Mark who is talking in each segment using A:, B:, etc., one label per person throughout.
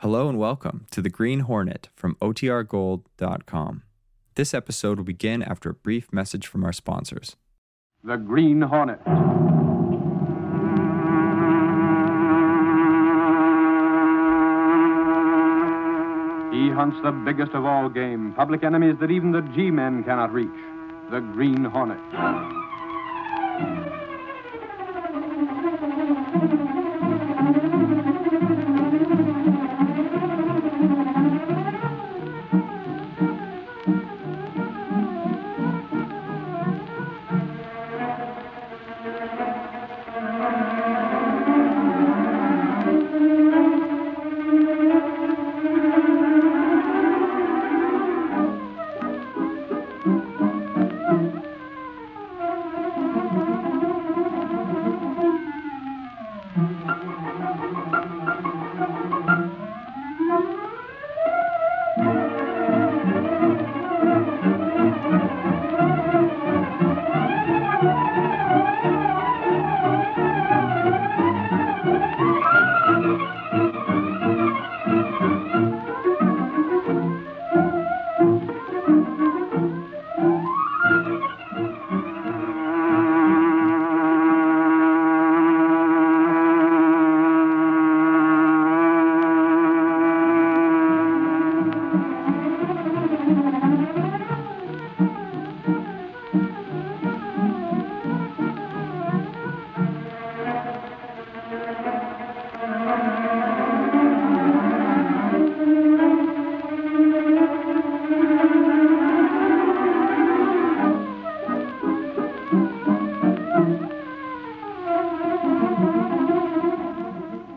A: Hello and welcome to The Green Hornet from OTRGold.com. This episode will begin after a brief message from our sponsors.
B: The Green Hornet. He hunts the biggest of all game, public enemies that even the G men cannot reach. The Green Hornet.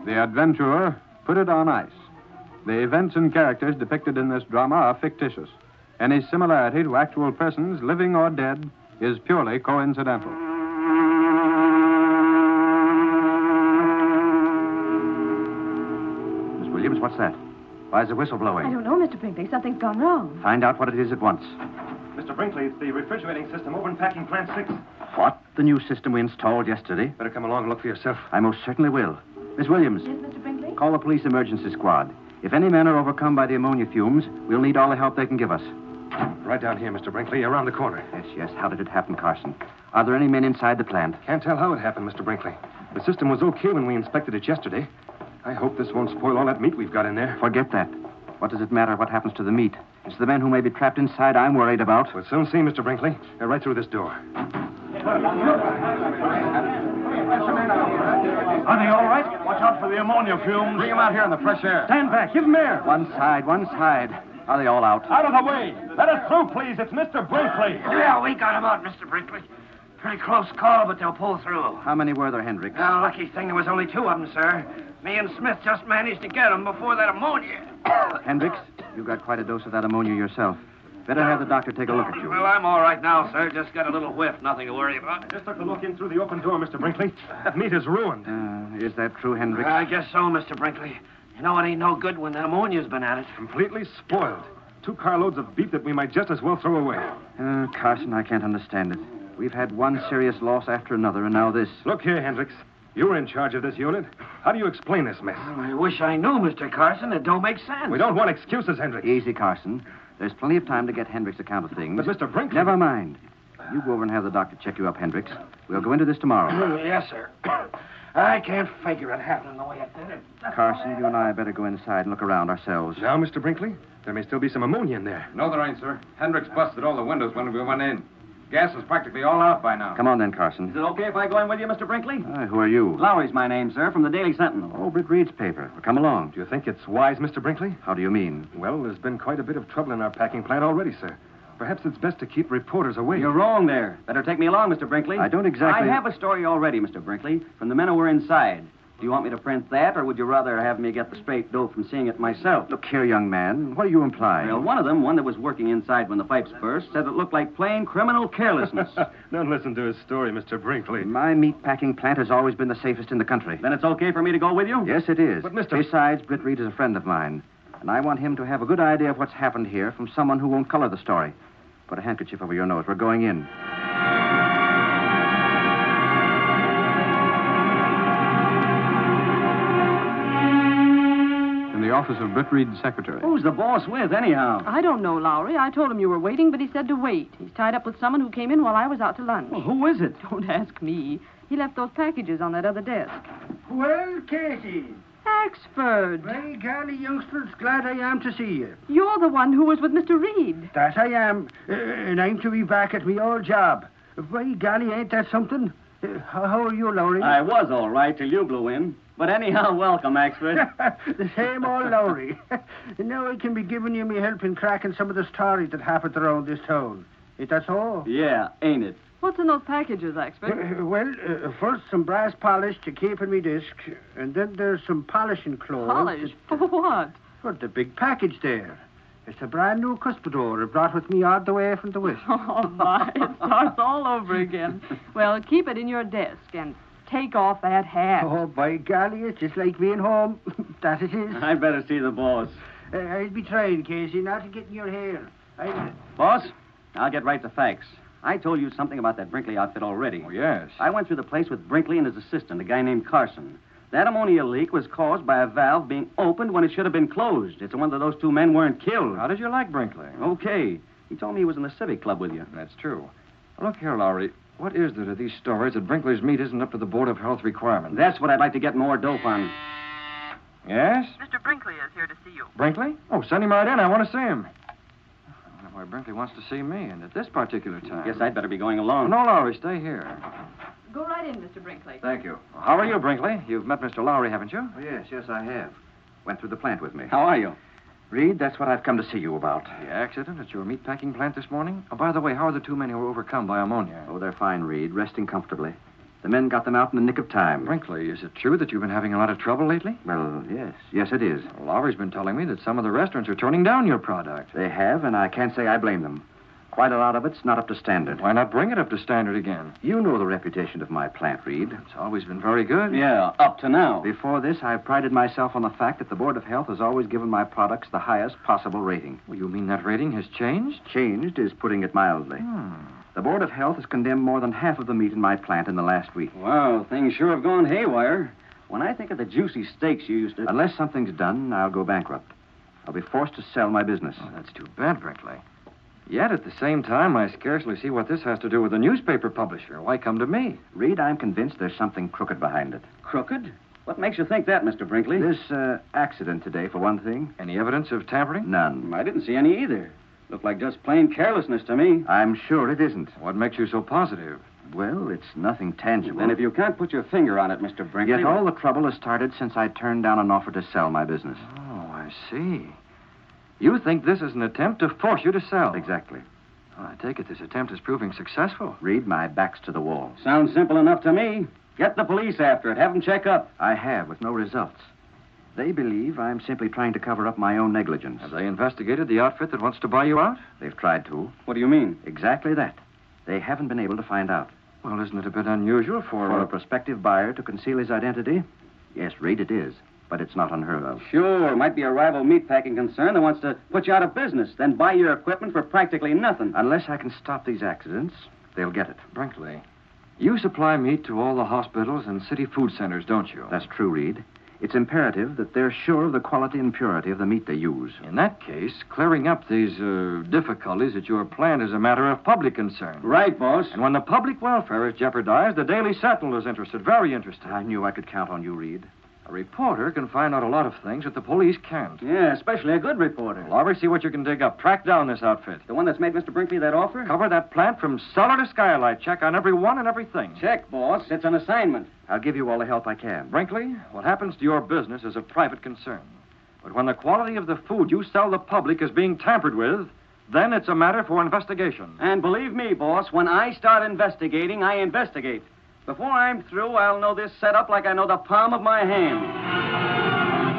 B: The adventurer put it on ice. The events and characters depicted in this drama are fictitious. Any similarity to actual persons, living or dead, is purely coincidental.
C: Miss Williams, what's that? Why is the whistle blowing?
D: I don't know, Mr. Brinkley. Something's gone wrong.
C: Find out what it is at once.
E: Mr. Brinkley, it's the refrigerating system over in packing plant six.
C: What? The new system we installed yesterday?
E: Better come along and look for yourself.
C: I most certainly will. Miss Williams,
D: Yes, Mr. Brinkley?
C: call the police emergency squad. If any men are overcome by the ammonia fumes, we'll need all the help they can give us.
E: Right down here, Mr. Brinkley, around the corner.
C: Yes, yes. How did it happen, Carson? Are there any men inside the plant?
E: Can't tell how it happened, Mr. Brinkley. The system was okay when we inspected it yesterday. I hope this won't spoil all that meat we've got in there.
C: Forget that. What does it matter what happens to the meat? It's the men who may be trapped inside I'm worried about.
E: We'll soon see, Mr. Brinkley. They're right through this door.
F: Are they all right? Watch out for the ammonia fumes. Bring them out here in the fresh air. Stand back. Give them air.
C: One side, one side. Are they all out?
F: Out of the way. Let us through, please. It's Mr. Brinkley.
G: Yeah, we got him out, Mr. Brinkley. Pretty close call, but they'll pull through.
C: How many were there, Hendricks?
G: Now, lucky thing there was only two of them, sir. Me and Smith just managed to get 'em before that ammonia.
C: Hendricks, you got quite a dose of that ammonia yourself. Better have the doctor take a look at you.
G: Well, I'm all right now, sir. Just got a little whiff. Nothing to worry about.
E: Just took a look in through the open door, Mr. Brinkley. That meat is ruined.
C: Uh, is that true, Hendricks?
G: I guess so, Mr. Brinkley. You know, it ain't no good when that ammonia's been at it.
E: Completely spoiled. Two carloads of beef that we might just as well throw away.
C: Uh, Carson, I can't understand it. We've had one serious loss after another, and now this.
E: Look here, Hendricks. You were in charge of this unit. How do you explain this mess?
G: Well, I wish I knew, Mr. Carson. It don't make sense.
E: We don't want excuses, Hendricks.
C: Easy, Carson. There's plenty of time to get Hendricks' account of things.
E: But Mr. Brinkley.
C: Never mind. You go over and have the doctor check you up, Hendricks. We'll go into this tomorrow.
G: Uh, yes, sir. I can't figure it happening the way it did.
C: Carson, you and I better go inside and look around ourselves.
E: Now, Mr. Brinkley, there may still be some ammonia in there.
H: No, there ain't, sir. Hendricks busted all the windows when we went in. Gas is practically all out by now.
C: Come on then, Carson.
H: Is it okay if I go in with you, Mr. Brinkley?
C: Uh, who are you?
H: Lowry's my name, sir, from the Daily Sentinel.
C: Oh, Britt Reed's paper. Well, come along.
E: Do you think it's wise, Mr. Brinkley?
C: How do you mean?
E: Well, there's been quite a bit of trouble in our packing plant already, sir. Perhaps it's best to keep reporters away.
H: You're wrong there. Better take me along, Mr. Brinkley.
C: I don't exactly-
H: I have a story already, Mr. Brinkley, from the men who were inside. Do you want me to print that, or would you rather have me get the straight dope from seeing it myself?
C: Look here, young man. What are you implying?
H: Well, one of them, one that was working inside when the pipes burst, said it looked like plain criminal carelessness.
E: Don't listen to his story, Mr. Brinkley.
C: My meat packing plant has always been the safest in the country.
H: then it's okay for me to go with you?
C: Yes, it is.
E: But, Mr.
C: Besides, Britt Reed is a friend of mine, and I want him to have a good idea of what's happened here from someone who won't color the story. Put a handkerchief over your nose. We're going in.
B: In the
I: office of Britt Reed's secretary.
H: Who's the boss with, anyhow?
D: I don't know, Lowry. I told him you were waiting, but he said to wait. He's tied up with someone who came in while I was out to lunch.
H: Well, who is it?
D: Don't ask me. He left those packages on that other desk.
E: Well, Casey.
D: Axford,
E: By golly, youngsters, glad I am to see you.
D: you're the one who was with Mr. Reed.
E: That I am. Uh, and I'm to be back at me old job. By golly, ain't that something? Uh, how how are you, Lowry?
H: I was all right till you blew in. But anyhow, welcome, Axford.
E: the same old Lowry. now I can be giving you me help in cracking some of the stories that happened around this town. Is that so?
H: yeah, ain't it?
D: What's in those packages, Axford?
E: Uh, Well, uh, first some brass polish to keep in me disc, and then there's some polishing cloth.
D: Polish. For what?
E: For the big package there. It's a brand new cuspidor I brought with me all the way from the West.
D: Oh, my. It starts all over again. Well, keep it in your desk and take off that hat.
E: Oh, by golly, it's just like being home. that it is.
H: I better see the boss.
E: Uh, I'll be trying, Casey, not to get in your hair. I...
H: Boss, I'll get right to facts. I told you something about that Brinkley outfit already.
I: Oh, yes.
H: I went through the place with Brinkley and his assistant, a guy named Carson. That ammonia leak was caused by a valve being opened when it should have been closed. It's a wonder those two men weren't killed.
C: How did you like Brinkley?
H: Okay. He told me he was in the Civic Club with you.
C: That's true. Look here, Lowry. What is there to these stories that Brinkley's meat isn't up to the Board of Health requirements?
H: That's what I'd like to get more dope on.
C: Yes?
J: Mr. Brinkley is here to see you.
C: Brinkley? Oh, send him right in. I want to see him. I wonder why Brinkley wants to see me, and at this particular time. Oh,
H: Guess I'd better be going along.
C: No, Lowry, stay here.
D: Go right in, Mr. Brinkley.
K: Thank you.
C: How are you, Brinkley? You've met Mr. Lowry, haven't you?
K: Oh, yes, yes, I have. Went through the plant with me.
H: How are you?
K: Reed, that's what I've come to see you about.
C: The accident at your meatpacking plant this morning? Oh, by the way, how are the two men who were overcome by ammonia?
K: Oh, they're fine, Reed, resting comfortably. The men got them out in the nick of time.
C: Brinkley, is it true that you've been having a lot of trouble lately?
K: Well, yes, yes, it is.
C: Lowry's been telling me that some of the restaurants are turning down your product.
K: They have, and I can't say I blame them. Quite a lot of it's not up to standard.
C: Why not bring it up to standard again?
K: You know the reputation of my plant, Reed.
C: It's always been very good.
H: Yeah, up to now.
K: Before this, I prided myself on the fact that the Board of Health has always given my products the highest possible rating.
C: Well, you mean that rating has changed?
K: Changed is putting it mildly.
C: Hmm.
K: The Board of Health has condemned more than half of the meat in my plant in the last week.
H: Wow, things sure have gone haywire. When I think of the juicy steaks you used to.
K: Unless something's done, I'll go bankrupt. I'll be forced to sell my business.
C: Oh, that's too bad, Brinkley. Yet at the same time, I scarcely see what this has to do with a newspaper publisher. Why come to me?
K: Reed, I'm convinced there's something crooked behind it.
H: crooked? What makes you think that, Mr. Brinkley?
K: This uh, accident today, for one thing,
C: Any evidence of tampering?
K: none.
H: I didn't see any either. Looked like just plain carelessness to me.
K: I'm sure it isn't.
C: What makes you so positive?
K: Well, it's nothing tangible.
H: Then if you can't put your finger on it, Mr. Brinkley.
K: Yet all the trouble has started since I turned down an offer to sell my business.
C: Oh, I see. You think this is an attempt to force you to sell?
K: Exactly.
C: Well, I take it this attempt is proving successful.
K: Reed, my back's to the wall.
H: Sounds simple enough to me. Get the police after it. Have them check up.
K: I have, with no results. They believe I'm simply trying to cover up my own negligence.
C: Have they investigated the outfit that wants to buy you out?
K: They've tried to.
H: What do you mean?
K: Exactly that. They haven't been able to find out.
C: Well, isn't it a bit unusual for,
K: For
C: uh,
K: a prospective buyer to conceal his identity? Yes, Reed, it is. But it's not unheard of.
H: Sure, might be a rival meatpacking concern that wants to put you out of business, then buy your equipment for practically nothing.
K: Unless I can stop these accidents, they'll get it.
C: Brinkley? You supply meat to all the hospitals and city food centers, don't you?
K: That's true, Reed. It's imperative that they're sure of the quality and purity of the meat they use.
C: In that case, clearing up these uh, difficulties at your plant is a matter of public concern.
H: Right, boss.
C: And when the public welfare is jeopardized, the Daily Sentinel is interested, very interested.
K: I knew I could count on you, Reed.
C: A reporter can find out a lot of things that the police can't.
H: Yeah, especially a good reporter.
C: Lawry, see what you can dig up. Track down this outfit.
H: The one that's made Mr. Brinkley that offer?
C: Cover that plant from cellar to skylight. Check on everyone and everything.
H: Check, boss. It's an assignment.
K: I'll give you all the help I can.
C: Brinkley, what happens to your business is a private concern. But when the quality of the food you sell the public is being tampered with, then it's a matter for investigation.
H: And believe me, boss, when I start investigating, I investigate. Before I'm through, I'll know this setup like I know the palm of my hand.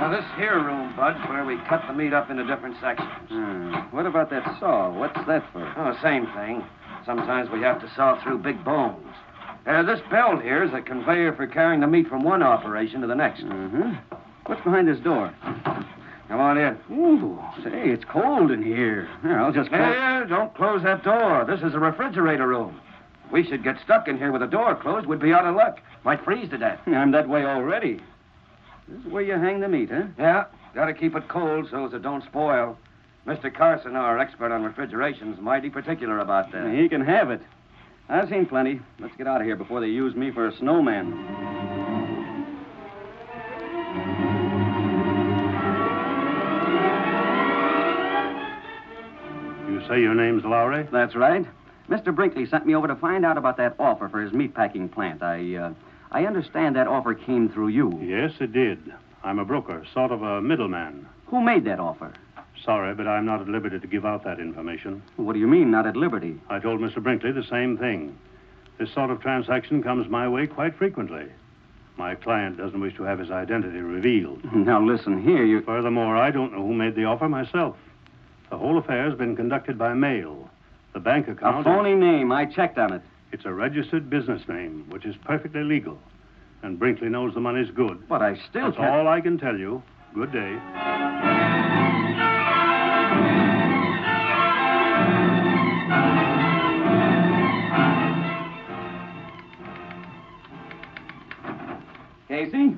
L: Now, this here room, Bud's where we cut the meat up into different sections.
H: Hmm. what about that saw? What's that for?
L: Oh, same thing. Sometimes we have to saw through big bones. Uh, this belt here is a conveyor for carrying the meat from one operation to the next.
H: Mm-hmm. What's behind this door?
E: Come on in.
F: Ooh, say, it's cold in here. Here, I'll just close.
G: Hey, don't close that door. This is a refrigerator room. If we should get stuck in here with the door closed, we'd be out of luck. Might freeze to death.
F: I'm that way already. This is where you hang the meat, huh?
G: Yeah, gotta keep it cold so as it don't spoil. Mr. Carson, our expert on refrigeration's mighty particular about that.
H: He can have it. I've seen plenty. Let's get out of here before they use me for a snowman.
F: You say your name's Lowry?
H: That's right. Mr. Brinkley sent me over to find out about that offer for his meatpacking plant. I, uh, I understand that offer came through you.
F: Yes, it did. I'm a broker, sort of a middleman.
H: Who made that offer?
F: Sorry, but I'm not at liberty to give out that information.
H: What do you mean, not at liberty?
F: I told Mr. Brinkley the same thing. This sort of transaction comes my way quite frequently. My client doesn't wish to have his identity revealed.
H: Now, listen here, you.
F: Furthermore, I don't know who made the offer myself. The whole affair has been conducted by mail. The bank
H: A
F: account.
H: phony name. I checked on it.
F: It's a registered business name, which is perfectly legal. And Brinkley knows the money's good.
H: But I still
F: That's
H: can't.
F: all I can tell you. Good day.
H: Casey?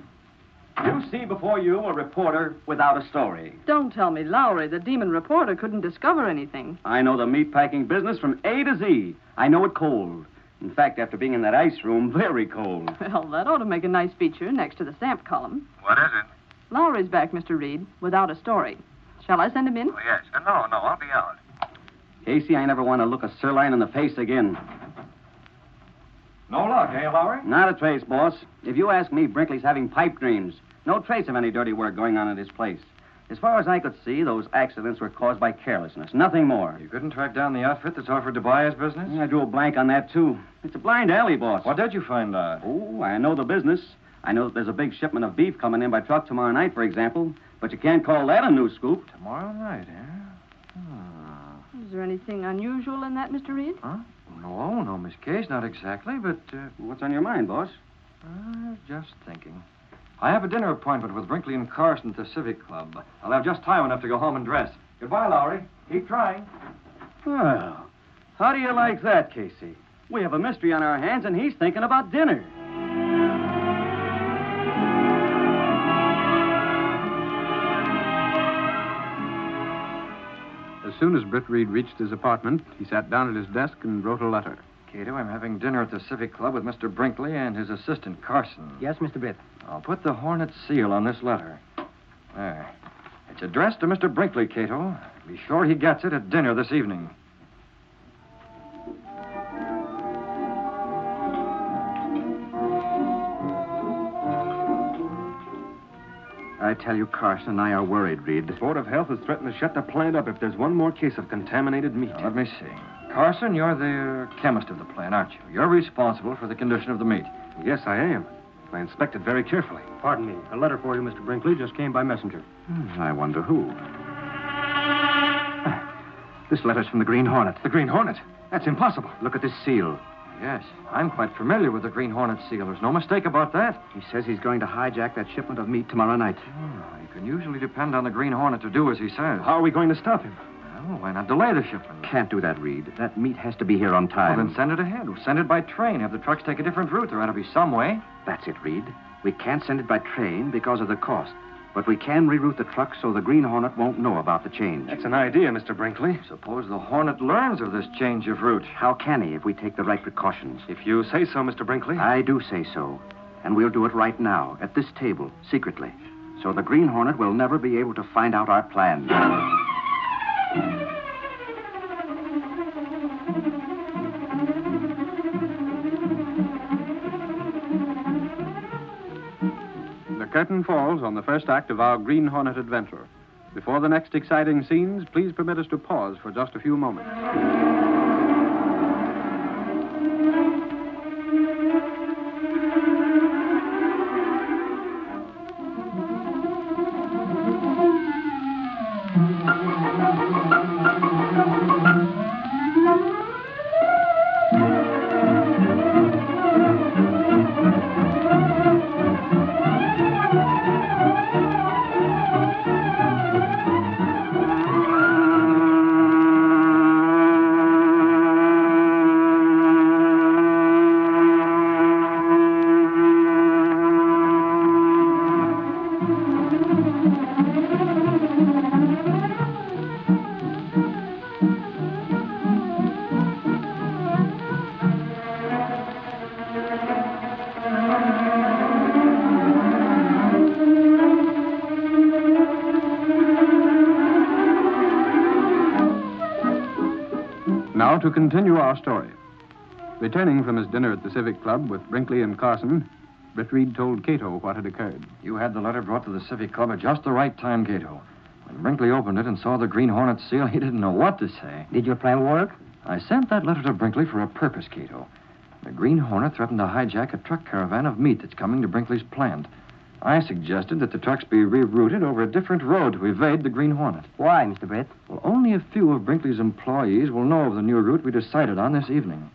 E: You see before you a reporter.
H: Without a story.
D: Don't tell me Lowry, the demon reporter, couldn't discover anything.
H: I know the meatpacking business from A to Z. I know it cold. In fact, after being in that ice room, very cold.
D: Well, that ought to make a nice feature next to the Samp column.
M: What is it?
D: Lowry's back, Mr. Reed, without a story. Shall I send him in?
M: Oh, yes. Uh, no, no, I'll be out.
H: Casey, I never want to look a sirloin in the face again.
E: No luck, eh, Lowry?
H: Not a trace, boss. If you ask me, Brinkley's having pipe dreams. No trace of any dirty work going on at his place. As far as I could see, those accidents were caused by carelessness, nothing more.
E: You couldn't track down the outfit that's offered to buy his business?
H: I drew a blank on that, too. It's a blind alley, boss.
E: What did you find out?
H: Oh, I know the business. I know that there's a big shipment of beef coming in by truck tomorrow night, for example. But you can't call that a new scoop.
E: Tomorrow night, eh? Ah.
D: Is there anything unusual in that, Mr. Reed?
E: No, no, Miss Case, not exactly, but uh,
H: What's on your mind, boss?
E: I was just thinking. I have a dinner appointment with Brinkley and Carson at the Civic Club. I'll have just time enough to go home and dress. Goodbye, Lowry. Keep trying.
H: Well, how do you like that, Casey? We have a mystery on our hands, and he's thinking about dinner.
B: As soon as Britt Reed reached his apartment, he sat down at his desk and wrote a letter.
E: Cato, I'm having dinner at the Civic Club with Mr. Brinkley and his assistant, Carson.
N: Yes, Mr. Britt.
E: I'll put the Hornet seal on this letter.
O: Uh,
E: There. It's addressed to Mr. Brinkley, Cato. Be sure he gets it at dinner this evening.
C: I tell you, Carson and I are worried, Reed.
O: The Board of Health has threatened to shut the plant up if there's one more case of contaminated meat.
E: Now, let me see. Carson, you're the uh, chemist of the plant, aren't you? You're responsible for the condition of the meat.
O: Yes, I am. I inspected very carefully.
N: Pardon me. A letter for you, Mr. Brinkley, just came by messenger.
E: Ah,
C: I wonder who. This letter's from the Green Hornet.
O: The Green Hornet? That's impossible.
C: Look at this seal.
E: Yes, I'm quite familiar with the Green Hornet seal. There's no mistake about that.
C: He says he's going to hijack that shipment of meat tomorrow night.
E: Oh, you can usually depend on the Green Hornet to do as he says.
O: How are we going to stop him?
E: Well, why not delay the shipment?
C: Can't do that, Reed. That meat has to be here on
E: Well,
C: time.
E: then send it ahead. We'll send it by train. Have the trucks take a different route. There ought to be some way.
C: That's it, Reed. We can't send it by train because of the cost. But we can reroute the truck so the Green Hornet won't know about the change.
O: That's an idea, Mr. Brinkley.
E: Suppose the Hornet learns of this change of route.
C: How can he if we take the right precautions?
O: If you say so, Mr. Brinkley.
C: I do say so. And we'll do it right now, at this table, secretly. So the Green Hornet will never be able to find out our plan.
B: The curtain falls on the first act of our Green Hornet adventure. Before the next exciting scenes, please permit us to pause for just a few moments. Now to continue our story. Returning from his dinner at the Civic Club with Brinkley and Carson, Britt Reed told Cato what had occurred.
E: You had the letter brought to the Civic Club at just the right time, Cato. When Brinkley opened it and saw the Green Hornet seal, he didn't know what to say.
N: Did your plan work?
E: I sent that letter to Brinkley for a purpose, Cato. The Green Hornet threatened to hijack a truck caravan of meat that's coming to Brinkley's plant. I suggested that the trucks be rerouted over a different road to evade the Green Hornet.
N: Why, Mr. Britt?
E: Well, only a few of Brinkley's employees will know of the new route we decided on this evening.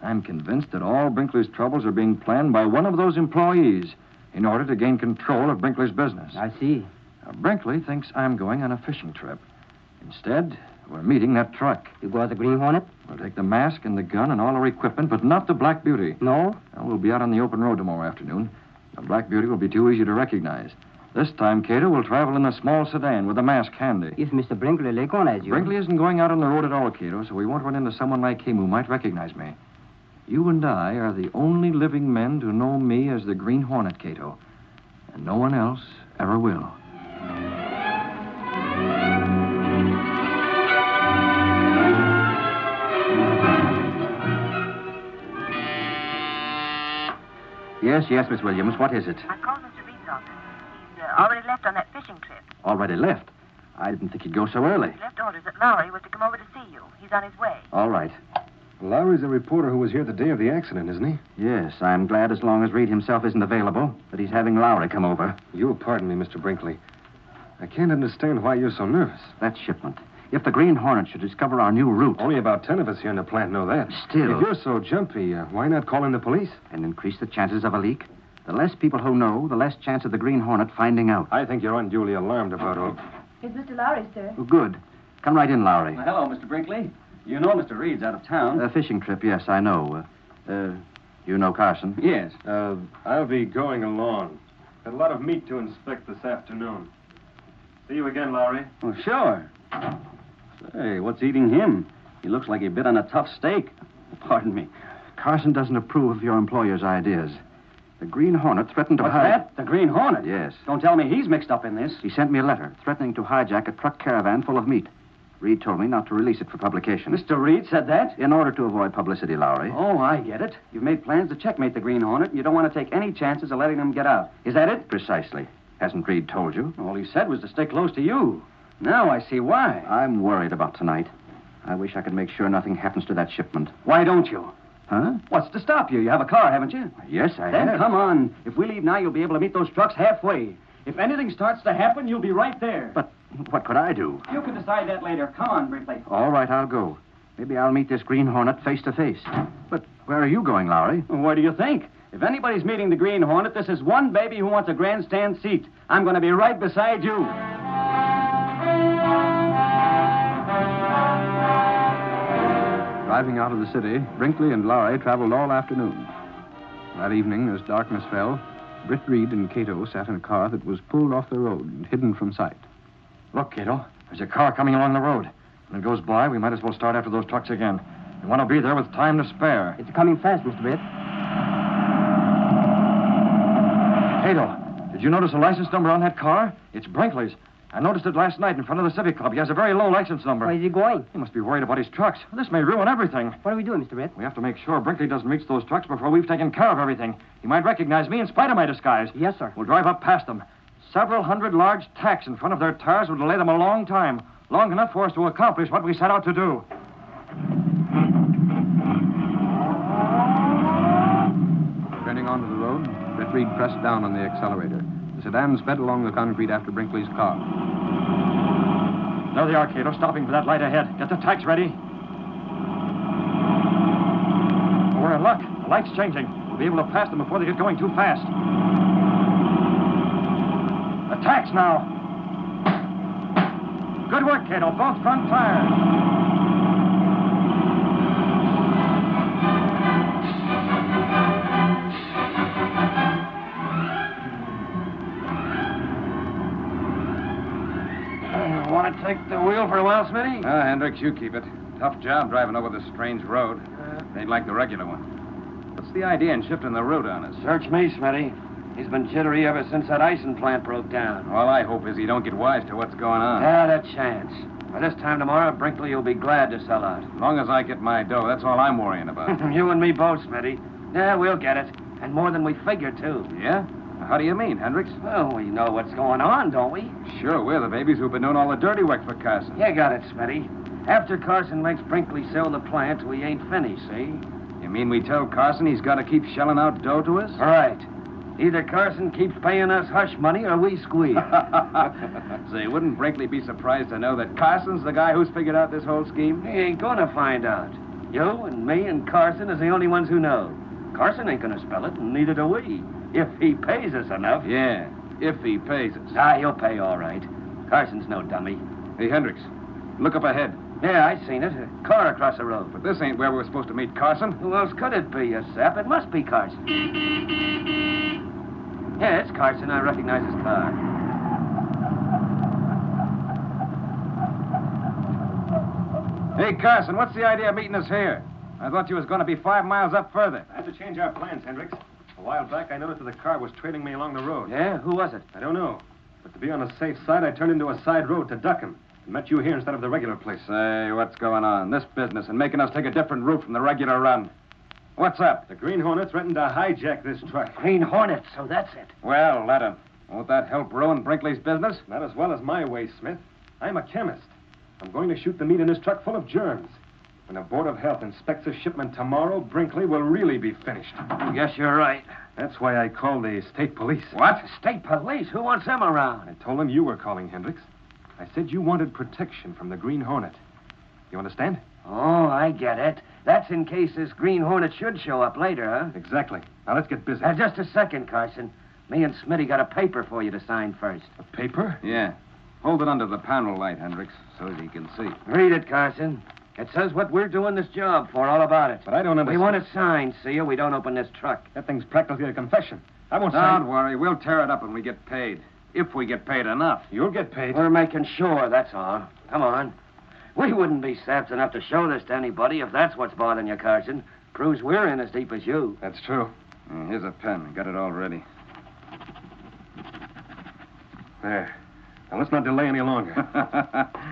E: I'm convinced that all Brinkley's troubles are being planned by one of those employees in order to gain control of Brinkley's business.
N: I see.
E: Now, Brinkley thinks I'm going on a fishing trip. Instead, we're meeting that truck.
N: You go as the Green Hornet?
E: We'll take the mask and the gun and all our equipment, but not the Black Beauty.
N: No?
E: Now, we'll be out on the open road tomorrow afternoon. The Black Beauty will be too easy to recognize. This time, Cato will travel in a small sedan with a mask handy.
N: If Mr. Brinkley lay on as you.
E: Brinkley isn't going out on the road at all, Cato, so we won't run into someone like him who might recognize me. You and I are the only living men to know me as the Green Hornet, Cato. And no one else ever will.
C: Yes, yes, Miss Williams. What is it?
P: I called Mr. Reed's office. He's uh, already left on that fishing trip.
C: Already left. I didn't think he'd go so early.
P: He left orders that Lowry was to come over to see you. He's on his way.
C: All right.
O: Lowry's the reporter who was here the day of the accident, isn't he?
C: Yes, I'm glad as long as Reed himself isn't available that he's having Lowry come over.
O: You'll pardon me, Mr. Brinkley. I can't understand why you're so nervous.
C: That shipment. If the Green Hornet should discover our new route.
O: Only about ten of us here in the plant know that.
C: Still.
O: If you're so jumpy, uh, why not call in the police?
C: And increase the chances of a leak? The less people who know, the less chance of the Green Hornet finding out.
O: I think you're unduly alarmed about all.
Q: It's Mr. Lowry, sir.
C: Oh, good. Come right in, Lowry.
N: Well, hello, Mr. Brinkley. You know Mr. Reed's out of town.
C: A fishing trip, yes, I know. Uh, uh, you know Carson?
N: Yes.
O: Uh, I'll be going along. Got a lot of meat to inspect this afternoon. See you again, Lowry.
H: Oh, sure. Say, what's eating him? He looks like he bit on a tough steak. Pardon me.
C: Carson doesn't approve of your employer's ideas. The Green Hornet threatened to
H: What's
C: hide.
H: that? The Green Hornet?
C: Yes.
H: Don't tell me he's mixed up in this.
C: He sent me a letter threatening to hijack a truck caravan full of meat. Reed told me not to release it for publication.
H: Mr. Reed said that?
C: In order to avoid publicity, Lowry.
H: Oh, I get it. You've made plans to checkmate the Green Hornet, and you don't want to take any chances of letting them get out. Is that it?
C: Precisely. Hasn't Reed told you?
H: All he said was to stay close to you. Now I see why.
C: I'm worried about tonight. I wish I could make sure nothing happens to that shipment.
H: Why don't you?
C: Huh?
H: What's to stop you? You have a car, haven't you?
C: Yes, I
H: then
C: have.
H: come on. If we leave now, you'll be able to meet those trucks halfway. If anything starts to happen, you'll be right there.
C: But what could I do?
H: You can decide that later. Come on, Brinkley.
C: All right, I'll go. Maybe I'll meet this Green Hornet face to face. But where are you going, Lowry?
H: Well, where do you think? If anybody's meeting the Green Hornet, this is one baby who wants a grandstand seat. I'm going to be right beside you.
B: Driving out of the city, Brinkley and Lowry traveled all afternoon. That evening, as darkness fell, Britt Reed and Cato sat in a car that was pulled off the road and hidden from sight.
E: Look, Cato, there's a car coming along the road. When it goes by, we might as well start after those trucks again. We want to be there with time to spare.
N: It's coming fast, Mr. Britt.
E: Cato, did you notice the license number on that car? It's Brinkley's. I noticed it last night in front of the Civic Club. He has a very low license number.
N: Where is he going?
E: He must be worried about his trucks. This may ruin everything.
N: What are we doing, Mr. Red?
E: We have to make sure Brinkley doesn't reach those trucks before we've taken care of everything. He might recognize me in spite of my disguise.
N: Yes, sir.
E: We'll drive up past them. Several hundred large tacks in front of their tires will delay them a long time, long enough for us to accomplish what we set out to do.
B: Turning onto the road, Britt Reed pressed down on the accelerator. The sedan sped along the concrete after Brinkley's car.
E: There they are, Cato, stopping for that light ahead. Get the tacks ready. Well, we're in luck. The light's changing. We'll be able to pass them before they get going too fast. The tacks now. Good work, Cato. Both front tires.
G: Want to take the wheel for a while, Smitty?
M: Ah, Hendricks, you keep it. Tough job driving over this strange road. Ain't like the regular one. What's the idea in shifting the route on us?
G: Search me, Smitty.
H: He's been jittery ever since that icing plant broke down.
C: All I hope is he don't get wise to what's going on.
H: Not a chance. By this time tomorrow, Brinkley will be glad to sell out.
C: As long as I get my dough, that's all I'm worrying about.
H: you and me both, Smitty. Yeah, we'll get it. And more than we figured, too.
C: yeah? How do you mean, Hendricks?
H: Well, we know what's going on, don't we?
C: Sure, we're the babies who've been doing all the dirty work for Carson.
H: You got it, Smitty. After Carson makes Brinkley sell the plant, we ain't finished, see?
C: You mean we tell Carson he's got to keep shelling out dough to us?
H: Right. Either Carson keeps paying us hush money or we squeal.
C: Say, wouldn't Brinkley be surprised to know that Carson's the guy who's figured out this whole scheme?
H: He ain't gonna find out. You and me and Carson is the only ones who know. Carson ain't gonna spell it, and neither do we. If he pays us enough.
C: Yeah, if he pays us.
H: Ah, he'll pay all right. Carson's no dummy.
C: Hey, Hendricks, look up ahead.
H: Yeah, I seen it. A car across the road.
C: But this ain't where we were supposed to meet Carson.
H: Who else could it be, you sap? It must be Carson. Yeah, it's Carson. I recognize his car.
C: Hey, Carson, what's the idea of meeting us here? I thought you was going to be five miles up further.
E: I had to change our plans, Hendricks. A while back, I noticed that the car was trailing me along the road.
H: Yeah? Who was it?
E: I don't know. But to be on the safe side, I turned into a side road to duck him and met you here instead of the regular place.
C: Say, what's going on? This business and making us take a different route from the regular run. What's up?
E: The Green Hornet threatened to hijack this truck.
H: Green Hornet, so that's it.
C: Well, let him. Won't that help ruin Brinkley's business?
E: Not as well as my way, Smith. I'm a chemist. I'm going to shoot the meat in this truck full of germs. When the Board of Health inspects the shipment tomorrow, Brinkley will really be finished.
H: Yes, you're right.
E: That's why I called the state police.
H: What? State police? Who wants them around?
E: I told them you were calling, Hendricks. I said you wanted protection from the Green Hornet. You understand?
H: Oh, I get it. That's in case this Green Hornet should show up later, huh?
E: Exactly. Now let's get busy.
H: Uh, just a second, Carson. Me and Smitty got a paper for you to sign first.
E: A paper?
C: Yeah. Hold it under the panel light, Hendricks, so as he can see.
H: Read it, Carson. It says what we're doing this job for, all about it.
E: But I don't understand.
H: We want it signed, see you? We don't open this truck.
E: That thing's practically a confession. I won't sign.
C: Don't worry. We'll tear it up when we get paid. If we get paid enough.
E: You'll get paid.
H: We're making sure, that's all. Come on. We wouldn't be saps enough to show this to anybody if that's what's bothering you, Carson. Proves we're in as deep as you.
E: That's true.
C: Mm, here's a pen. Got it all ready.
E: There. Now let's not delay any longer.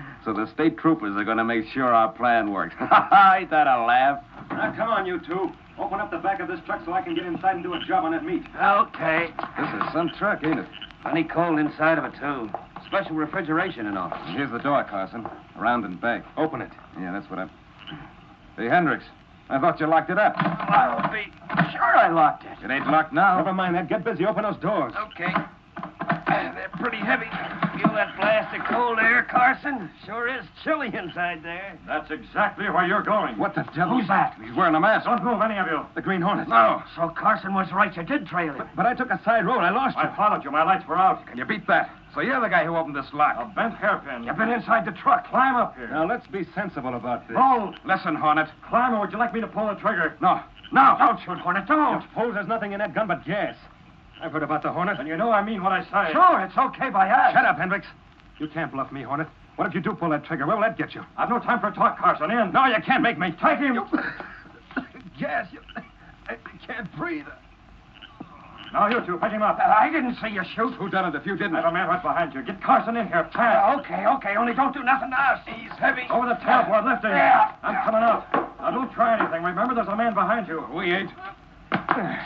C: so the state troopers are going to make sure our plan works. Ain't that a laugh?
E: Now Ah, come on, you two. Open up the back of this truck so I can get inside and do a job on that meat.
H: Okay.
C: This is some truck, ain't it?
H: Plenty cold inside of it, too. Special refrigeration and all.
C: Here's the door, Carson. Around and back.
E: Open it.
C: Yeah, that's what I. Hey, Hendricks. I thought you locked it up.
H: I'll be sure I locked it.
C: It ain't locked now.
E: Never mind that. Get busy. Open those doors.
H: Okay. Uh, they're pretty heavy. Feel that blast of cold air, Carson? Sure is chilly inside there.
E: That's exactly where you're going.
C: What the devil?
H: Who's that?
C: He's wearing a mask.
E: Don't move, any of you. The Green Hornet.
C: No.
H: So Carson was right. You did trail him.
E: But, but I took a side road. I lost you.
C: I followed you. My lights were out. Can you beat that? So you're the guy who opened this lock.
E: A bent hairpin.
H: You've been inside the truck.
E: Climb up here.
C: Now, let's be sensible about this.
H: Roll.
C: Listen, Hornet.
E: Climb, or would you like me to pull the trigger?
C: No. No.
H: Don't shoot, Hornet. Don't.
E: You suppose there's nothing in that gun but gas. I've heard about the Hornet.
H: And you know I mean what I say.
E: Sure, it's okay by us.
C: Shut up, Hendricks.
E: You can't bluff me, Hornet. What if you do pull that trigger? Where will that get you?
H: I've no time for talk, Carson. In.
E: No, you can't make me.
H: Take him. You...
C: Gas. You... I can't breathe.
E: Now, Oh, you two, pick him up.
H: I didn't see you shoot.
C: Who done it if you didn't?
E: I have a man right behind you. Get Carson in here, fast.
H: Uh, okay, okay. Only don't do nothing to us. He's heavy.
E: Over the top. We're lifting.
H: Yeah.
E: I'm coming up. Now, don't try anything. Remember, there's a man behind you.
C: We ain't.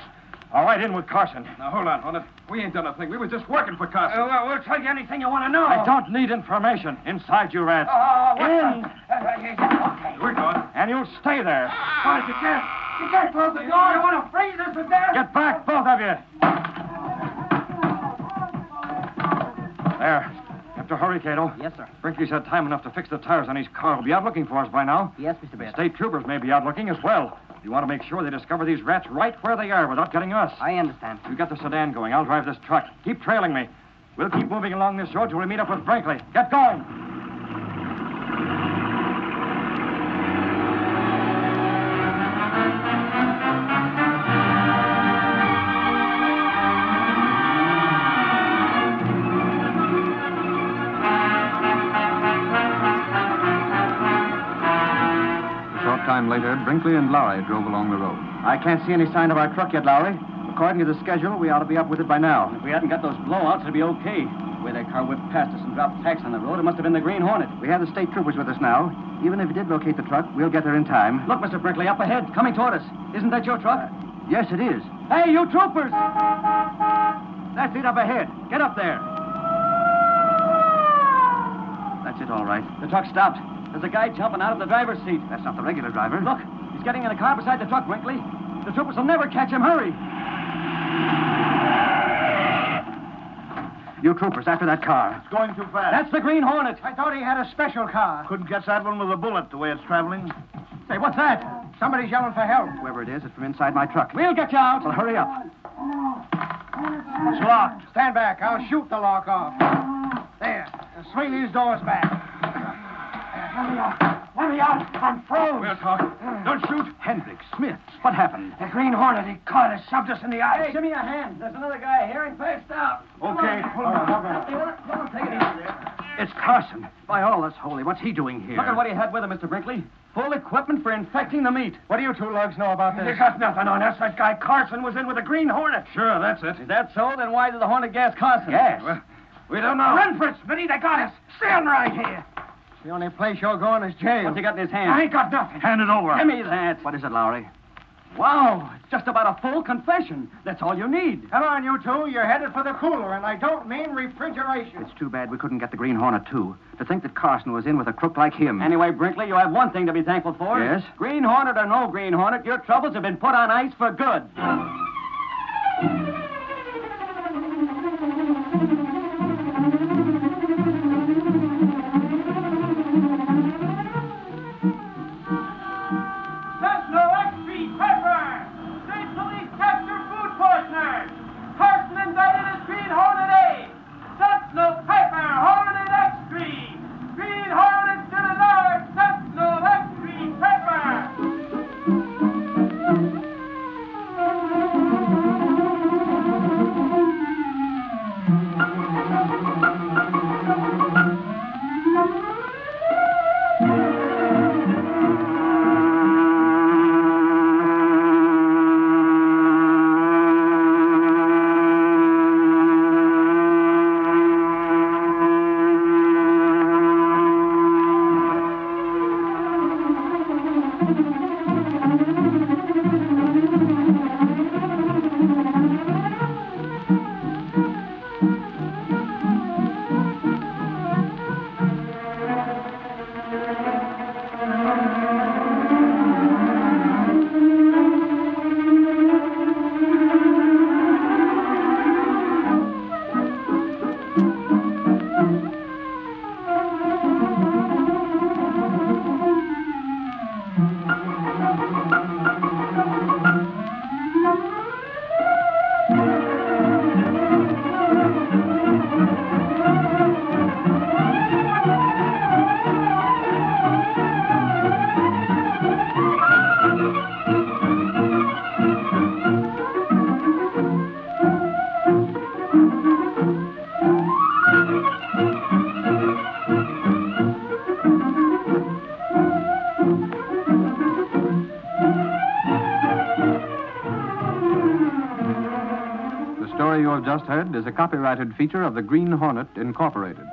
E: All right, in with Carson.
C: Now, hold on, Hornet. We ain't done a thing. We was just working for Carson.
H: Uh, well, we'll tell you anything you want to know.
E: I don't need information. Inside you, Rat.
C: Uh-huh.
H: Uh, what
E: in.
H: The... Uh, yeah, yeah, okay.
C: We're going.
E: And you'll stay there.
H: Ah! Hornet, you can't. You can't close the door. You want to freeze us to death.
E: Get back, both of you. There. After Hurry, Cato.
R: Yes, sir.
E: Brinkley's had time enough to fix the tires on his car. He'll be out looking for us by now.
R: Yes, Mr. Baird.
E: State troopers may be out looking as well. You want to make sure they discover these rats right where they are without getting us.
R: I understand.
E: You got the sedan going. I'll drive this truck. Keep trailing me. We'll keep moving along this road till we meet up with Brinkley. Get going.
C: Later, Brinkley and Lowry drove along the road.
S: I can't see any sign of our truck yet, Lowry.
H: According to the schedule, we ought to be up with it by now. If we hadn't got those blowouts, it'd be okay. The way that car whipped past us and dropped tacks on the road, it must have been the Green Hornet.
T: We have the state troopers with us now. Even if we did locate the truck, we'll get there in time.
H: Look, Mr. Brinkley, up ahead, coming toward us. Isn't that your truck?
T: Yes, it is.
H: Hey, you troopers! That's it up ahead. Get up there.
T: That's it, all right.
H: The truck stopped. There's a guy jumping out of the driver's seat.
T: That's not the regular driver.
H: Look, he's getting in a car beside the truck, Brinkley. The troopers will never catch him. Hurry!
T: You troopers, after that car.
U: It's going too fast.
H: That's the Green Hornet.
E: I thought he had a special car.
U: Couldn't catch that one with a bullet the way it's traveling.
E: Say, what's that? Somebody's yelling for help.
T: Whoever it is, it's from inside my truck.
H: We'll get you out.
T: Well, hurry up.
E: It's locked. Stand back. I'll shoot the lock off. There. Now swing these doors back.
V: Let me out. Let me out. I'm froze.
U: We'll talk. Don't shoot.
T: Hendricks, Smith, what happened?
V: The Green Hornet, he caught us, shoved us in the eye.
H: Hey, give me a hand. There's another guy here. He passed out.
U: Okay.
H: Come on. Come on. Come on. Come on. Take it easy there.
T: It's Carson. By all that's holy, what's he doing here?
H: Look at what he had with him, Mr. Brinkley. Full equipment for infecting the meat.
E: What do you two lugs know about
V: They got nothing on us. That guy Carson was in with the Green Hornet.
U: Sure, that's it.
H: If that's so, then why did the Hornet gas Carson?
U: Gas? Well, we don't know.
V: Run for it, Smitty. They got us. Stand right here.
E: The only place you're going is jail.
H: What's he got in his hand?
V: I ain't got nothing.
U: Hand it over.
H: Give me that.
T: What is it, Lowry?
H: Wow, it's just about a full confession. That's all you need.
E: Come on, you two. You're headed for the cooler, and I don't mean refrigeration.
T: It's too bad we couldn't get the Green Hornet, too. To think that Carson was in with a crook like him.
H: Anyway, Brinkley, you have one thing to be thankful for.
T: Yes?
H: Green Hornet or no Green Hornet, your troubles have been put on ice for good.
W: Sentinel XP Pepper! State police capture food poisoners! Carson indicted as Green Hornet A! Sentinel Pepper, Hornet XP! Green Hornet to the north! Sentinel XP Pepper!
C: The story you have just heard is a copyrighted feature of the Green Hornet, Incorporated.